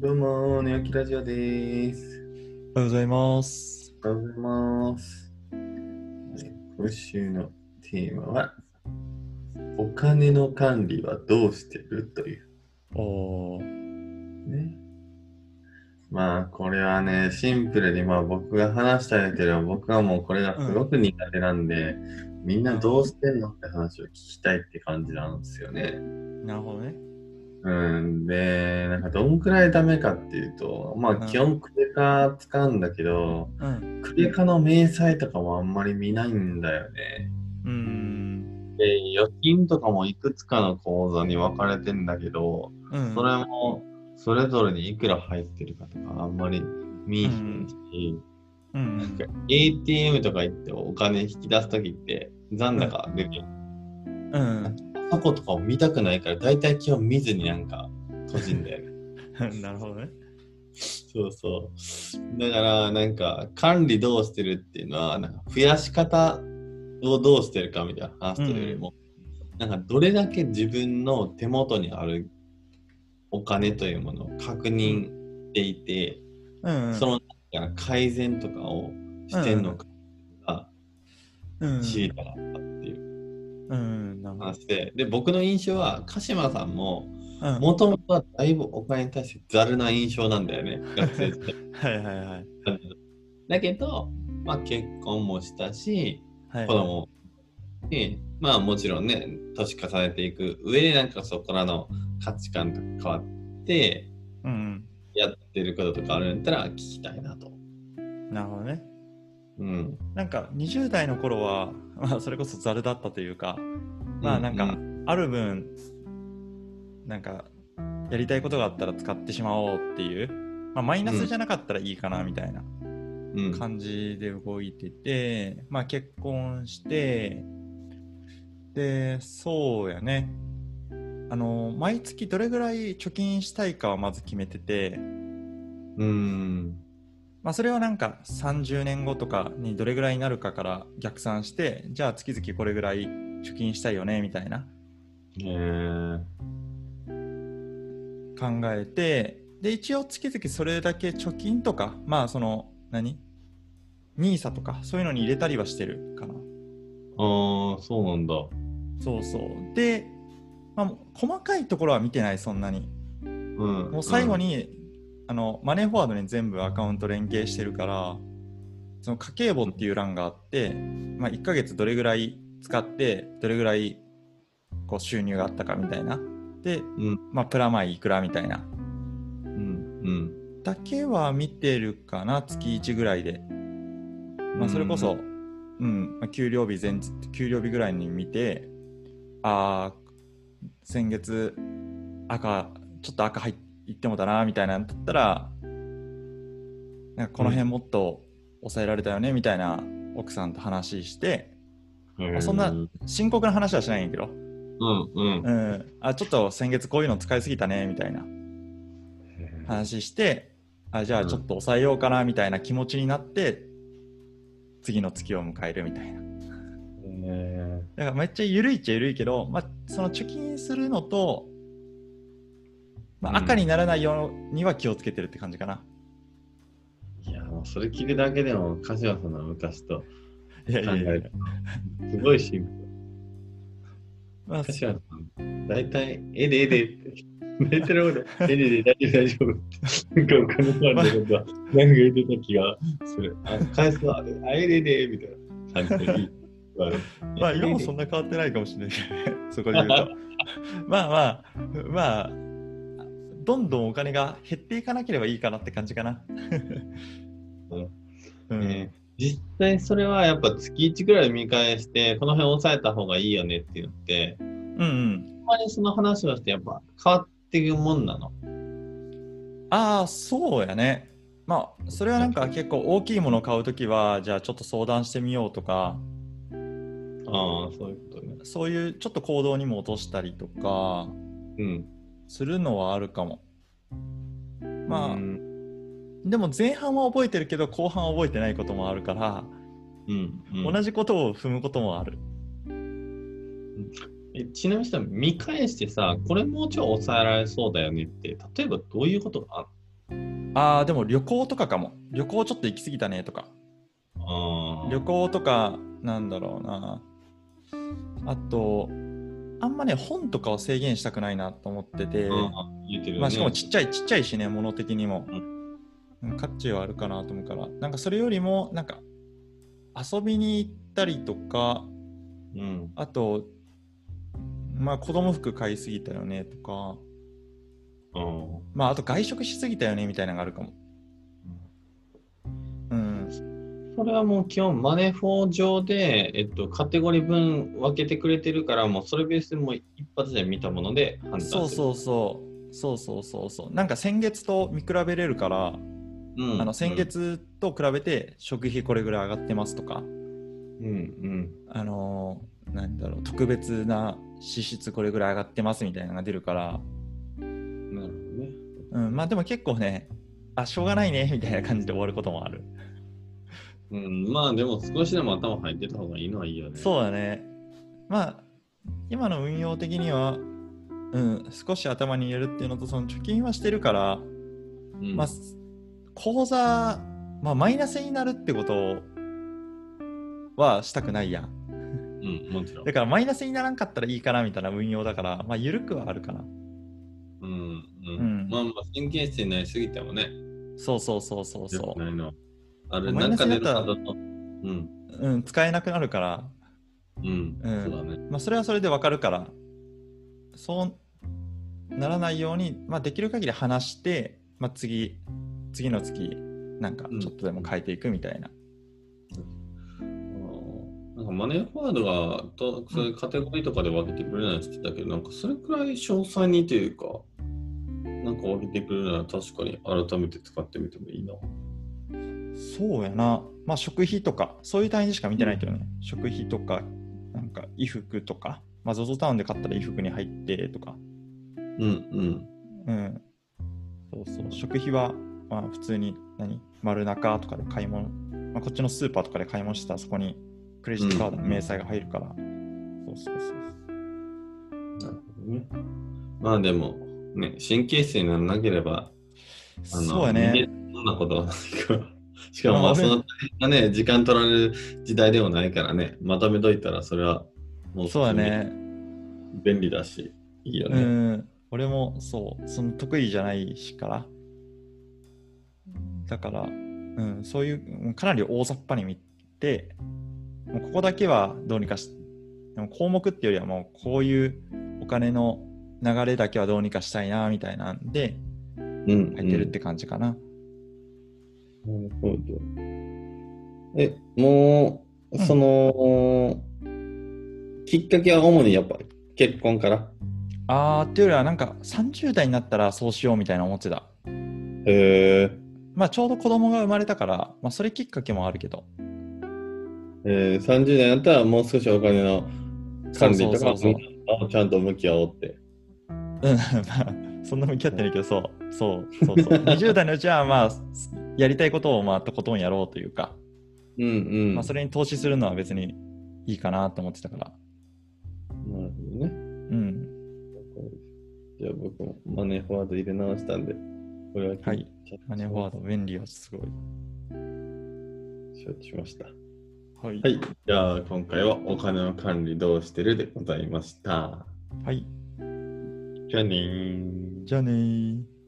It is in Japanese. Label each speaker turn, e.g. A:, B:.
A: どうも、ネオキラジオです。
B: おはようございます。
A: おはようございます。今週のテーマは、お金の管理はどうしてるという
B: おー
A: ね。まあ、これはね、シンプルに、まあ僕が話したんやけど、僕はもうこれがすごく苦手なんで、みんなどうしてんのって話を聞きたいって感じなんですよね。
B: なるほどね。
A: うん、で、なんかどんくらいダメかっていうと、まあ
B: うん
A: 基本クレカ使うんだけど、
B: うん。
A: クレカの明細とかもあんまり見ないんだよね。
B: うーん。
A: で、預金とかもいくつかの口座に分かれてんだけど、
B: うん。
A: それもそれぞれにいくら入ってるかとかあんまり見えへんし、
B: うん。
A: ATM とか行ってお金引き出すときって残高出てる、
B: うん。
A: 過去とかを見たくないから大体基本見ずになんか閉じんだよね。
B: なるほどね。
A: そうそう。だから、なんか、管理どうしてるっていうのは、なんか増やし方をどうしてるかみたいな話というよりも、なんか、どれだけ自分の手元にあるお金というものを確認していて、
B: うん。
A: そのなんか改善とかをしてんのかが
B: うん。
A: 知りたかったっていう
B: うん。なるほど。
A: 話で、で、僕の印象は、鹿島さんも、
B: うん。
A: もともとはだいぶお金に対してざるな印象なんだよね、学生時代。
B: はいはいはい。
A: だけど、まあ、結婚もしたし
B: はい。
A: 子供もしまあもちろんね年重ねていく上でなんかそこからの価値観とか変わって
B: うん。
A: やってることとかあるんやったら聞きたいなと。
B: なるほどね。
A: うん、
B: なんか20代の頃は、 まあ、それこそざるだったというか、まあなんか、ある分、なんか、やりたいことがあったら使ってしまおうっていう、まあマイナスじゃなかったらいいかなみたいな。
A: うん
B: 感じで動いてて、まあ結婚して、で、そうやね。あの、毎月どれぐらい貯金したいかはまず決めてて、
A: うん
B: まあそれはなんか30年後とかにどれぐらいになるかから逆算して、じゃあ月々これぐらい貯金したいよね、みたいな
A: へー
B: 考えて、で、一応月々それだけ貯金とか、まあその、何 ?NISA とかそういうのに入れたりはしてるかな。
A: ああそうなんだ。
B: そうそう。で、まあ、細かいところは見てない、そんなに。
A: うん、
B: もう最後に、あのマネーフォワードに全部アカウント連携してるから、その家計簿っていう欄があって、まあ、1ヶ月どれぐらい使って、どれぐらいこう収入があったかみたいな。で、
A: ん
B: まあ、プラマイいくらみたいな。
A: うん、うん
B: だけは見てるかな、月1ぐらいで。まあ、それこそ、うん、まあ給料日前日、給料日ぐらいに見て、ああ、先月、赤、ちょっと赤入っいってもだな、みたいなんだったら、なんかこの辺もっと抑えられたよね、みたいな奥さんと話して、
A: うん、
B: そんな
A: うん
B: 深刻な話はしないんやけど、
A: うん
B: うん、あ、ちょっと先月こういうの使いすぎたね、みたいな。話してあじゃあちょっと抑えようかなみたいな気持ちになって次の月を迎えるみたいな
A: へ
B: だからめっちゃ緩いっちゃ緩いけど、まあ、その貯金するのと、まあ、
A: うん
B: 赤にならないようには気をつけてるって感じかな、
A: ーいやもうそれ聞くだけでも鹿島さんの昔と
B: いや
A: 考
B: いやいや
A: えるすごいシンプル。
B: まあ、
A: 確かに、大体、えでえでって、大体のこと、えでえで大丈夫大丈夫って、なんかお金のあることは、なんか言ってた気がする。あ返すわ、あえでえでみたいな感じでいい。
B: まあ今もそん
A: な。
B: な変わってないかもしれないけどね そこで言うとまあまあまあどんどんお金が減っていかなければいいかなって感じかな うん、
A: えー実際それはやっぱ月1くらい見返して、この辺抑えた方がいいよねって言って、
B: うんうん
A: ほんまにその話をしてやっぱ変わっていくもんなの。
B: ああそうやねまあそれはなんか結構大きいものを買うときはじゃあちょっと相談してみようとか
A: ああ、そういうことね。
B: そういうちょっと行動にも落としたりとか
A: うん。
B: するのはあるかもまあ
A: うん、
B: でも前半は覚えてるけど後半は覚えてないこともあるから
A: うんうん
B: 同じことを踏むこともある
A: えちなみにさ見返してさこれもうちょい抑えられそうだよねって例えばどういうことがあ
B: ああ、でも旅行とかかも。旅行ちょっと行き過ぎたねとか。
A: あ
B: 旅行とか、なんだろうな。あと、あんまね、本とかを制限したくないなと思ってて、
A: あ言ってるよね
B: まあ、しかもちっちゃいちっちゃいしね、物的にも
A: う。
B: うん、価値はあるかなと思うから、なんかそれよりも、なんか、遊びに行ったりとか、
A: うん。
B: あと、まあ子供服買いすぎたよねとか、
A: うん。
B: まああと外食しすぎたよねみたいなのがあるかも。うん。
A: それはもう基本マネフォー上で、えっと、カテゴリー分分けてくれてるからもうそれベースでもう一発で見たもので判断する
B: そうそうそう。そうそうそうそう。なんか先月と見比べれるから、
A: うん、
B: あの先月と比べて食費これぐらい上がってますとか、
A: うんうん
B: あのー、なんだろう、特別な支出これぐらい上がってますみたいなのが出るから、
A: うんなるほどね
B: うん、まあでも結構ね、あ、しょうがないねみたいな感じで終わることもある。
A: うん、まあでも少しでも頭入ってた方がいいのはいいよね。
B: そうだね。まあ、今の運用的には、うん、少し頭に入れるっていうのと、その貯金はしてるから、
A: うん、
B: まあ、す口座、まあ、マイナスになるってことはしたくないやん。
A: うん、もちろん
B: だ。から、マイナスにならんかったらいいかなみたいな運用だから、まあ、緩くはあるかな。
A: うん、うん。
B: うん
A: まあまあ、神経質になりすぎてもね、
B: そうそうそうそう
A: 良
B: そ
A: くないのはある
B: マイナス
A: 中で
B: にな
A: の
B: ったら
A: うん、
B: う。うん、使えなくなるから、
A: うん、
B: う
A: そ
B: ん
A: うだね。
B: まあ、それはそれでわかるから、そうならないように、まあ、できる限り話して、まあ、次、次の月、なんか
A: うん
B: ちょっとでも変えていくみたいな。
A: あーなんかマネーフォワードがとそういうカテゴリーとかで分けてくれないって言ってたけど、なんかそれくらい詳細にというか、なんか分けてくれるなら確かに改めて使ってみてもいいな。
B: そうやな。まあ、食費とか、そういう単位でしか見てないけどね。食費とか、なんか衣服とか、まあ、ZOZO タウンで買ったら衣服に入ってとか、
A: うん、
B: うん。そうそう。食費は、まあ、普通に、何丸中とかで買い物、まあ、こっちのスーパーとかで買い物してたら、そこにクレジットカードの明細が入るから。そうそうそうそう。
A: うん。なるほどね。まあでも、ね、神経質にならなければ、あの
B: そうや
A: 逃げ
B: ね。
A: そんなことはないから。 しかも、
B: まあ
A: まあ、
B: 俺
A: その大変なね、時間取られる時代でもないからね、まとめといたら、それは、もう、
B: そうや。ね。
A: 便利だし、いいよ
B: う
A: ね。
B: ん。俺もそう、その得意じゃないしから。だから、うん、そういう、もうかなり大雑把に見て、もうここだけはどうにかし、でも項目っていうよりはもうこういうお金の流れだけはどうにかしたいな、みたいなんで
A: うん。
B: 入ってるって感じかな。
A: うん。なるほど。え、もう、
B: うん
A: その、きっかけは主にやっぱ結婚から。
B: あーっていうよりはなんか30代になったらそうしようみたいな思ってた。
A: へえ。
B: まあちょうど子供が生まれたから、まあそれきっかけもあるけど。
A: えー、30年だったらもう少しお金の管理と
B: そ
A: か
B: うそうそうそう
A: あちゃんと向き合おうって。
B: うん、まあ、そん な向き合ってないけど、そう、そう、そう、そう。20代のうちは、まあ、やりたいことを、まあ、とことんやろうというか、
A: うんうん。
B: まあ、それに投資するのは別にいいかなと思ってたから。
A: なるほどね。
B: うん。
A: じゃあ僕もマネーフォワード入れ直したんで、これは気にちゃんと
B: マネーフォワード、便利はすごい。
A: 承知しました。は
B: はい。
A: い。じゃあ今回はお金の管理どうしてるでございました。
B: はい。
A: じゃあねー。
B: じゃあねー。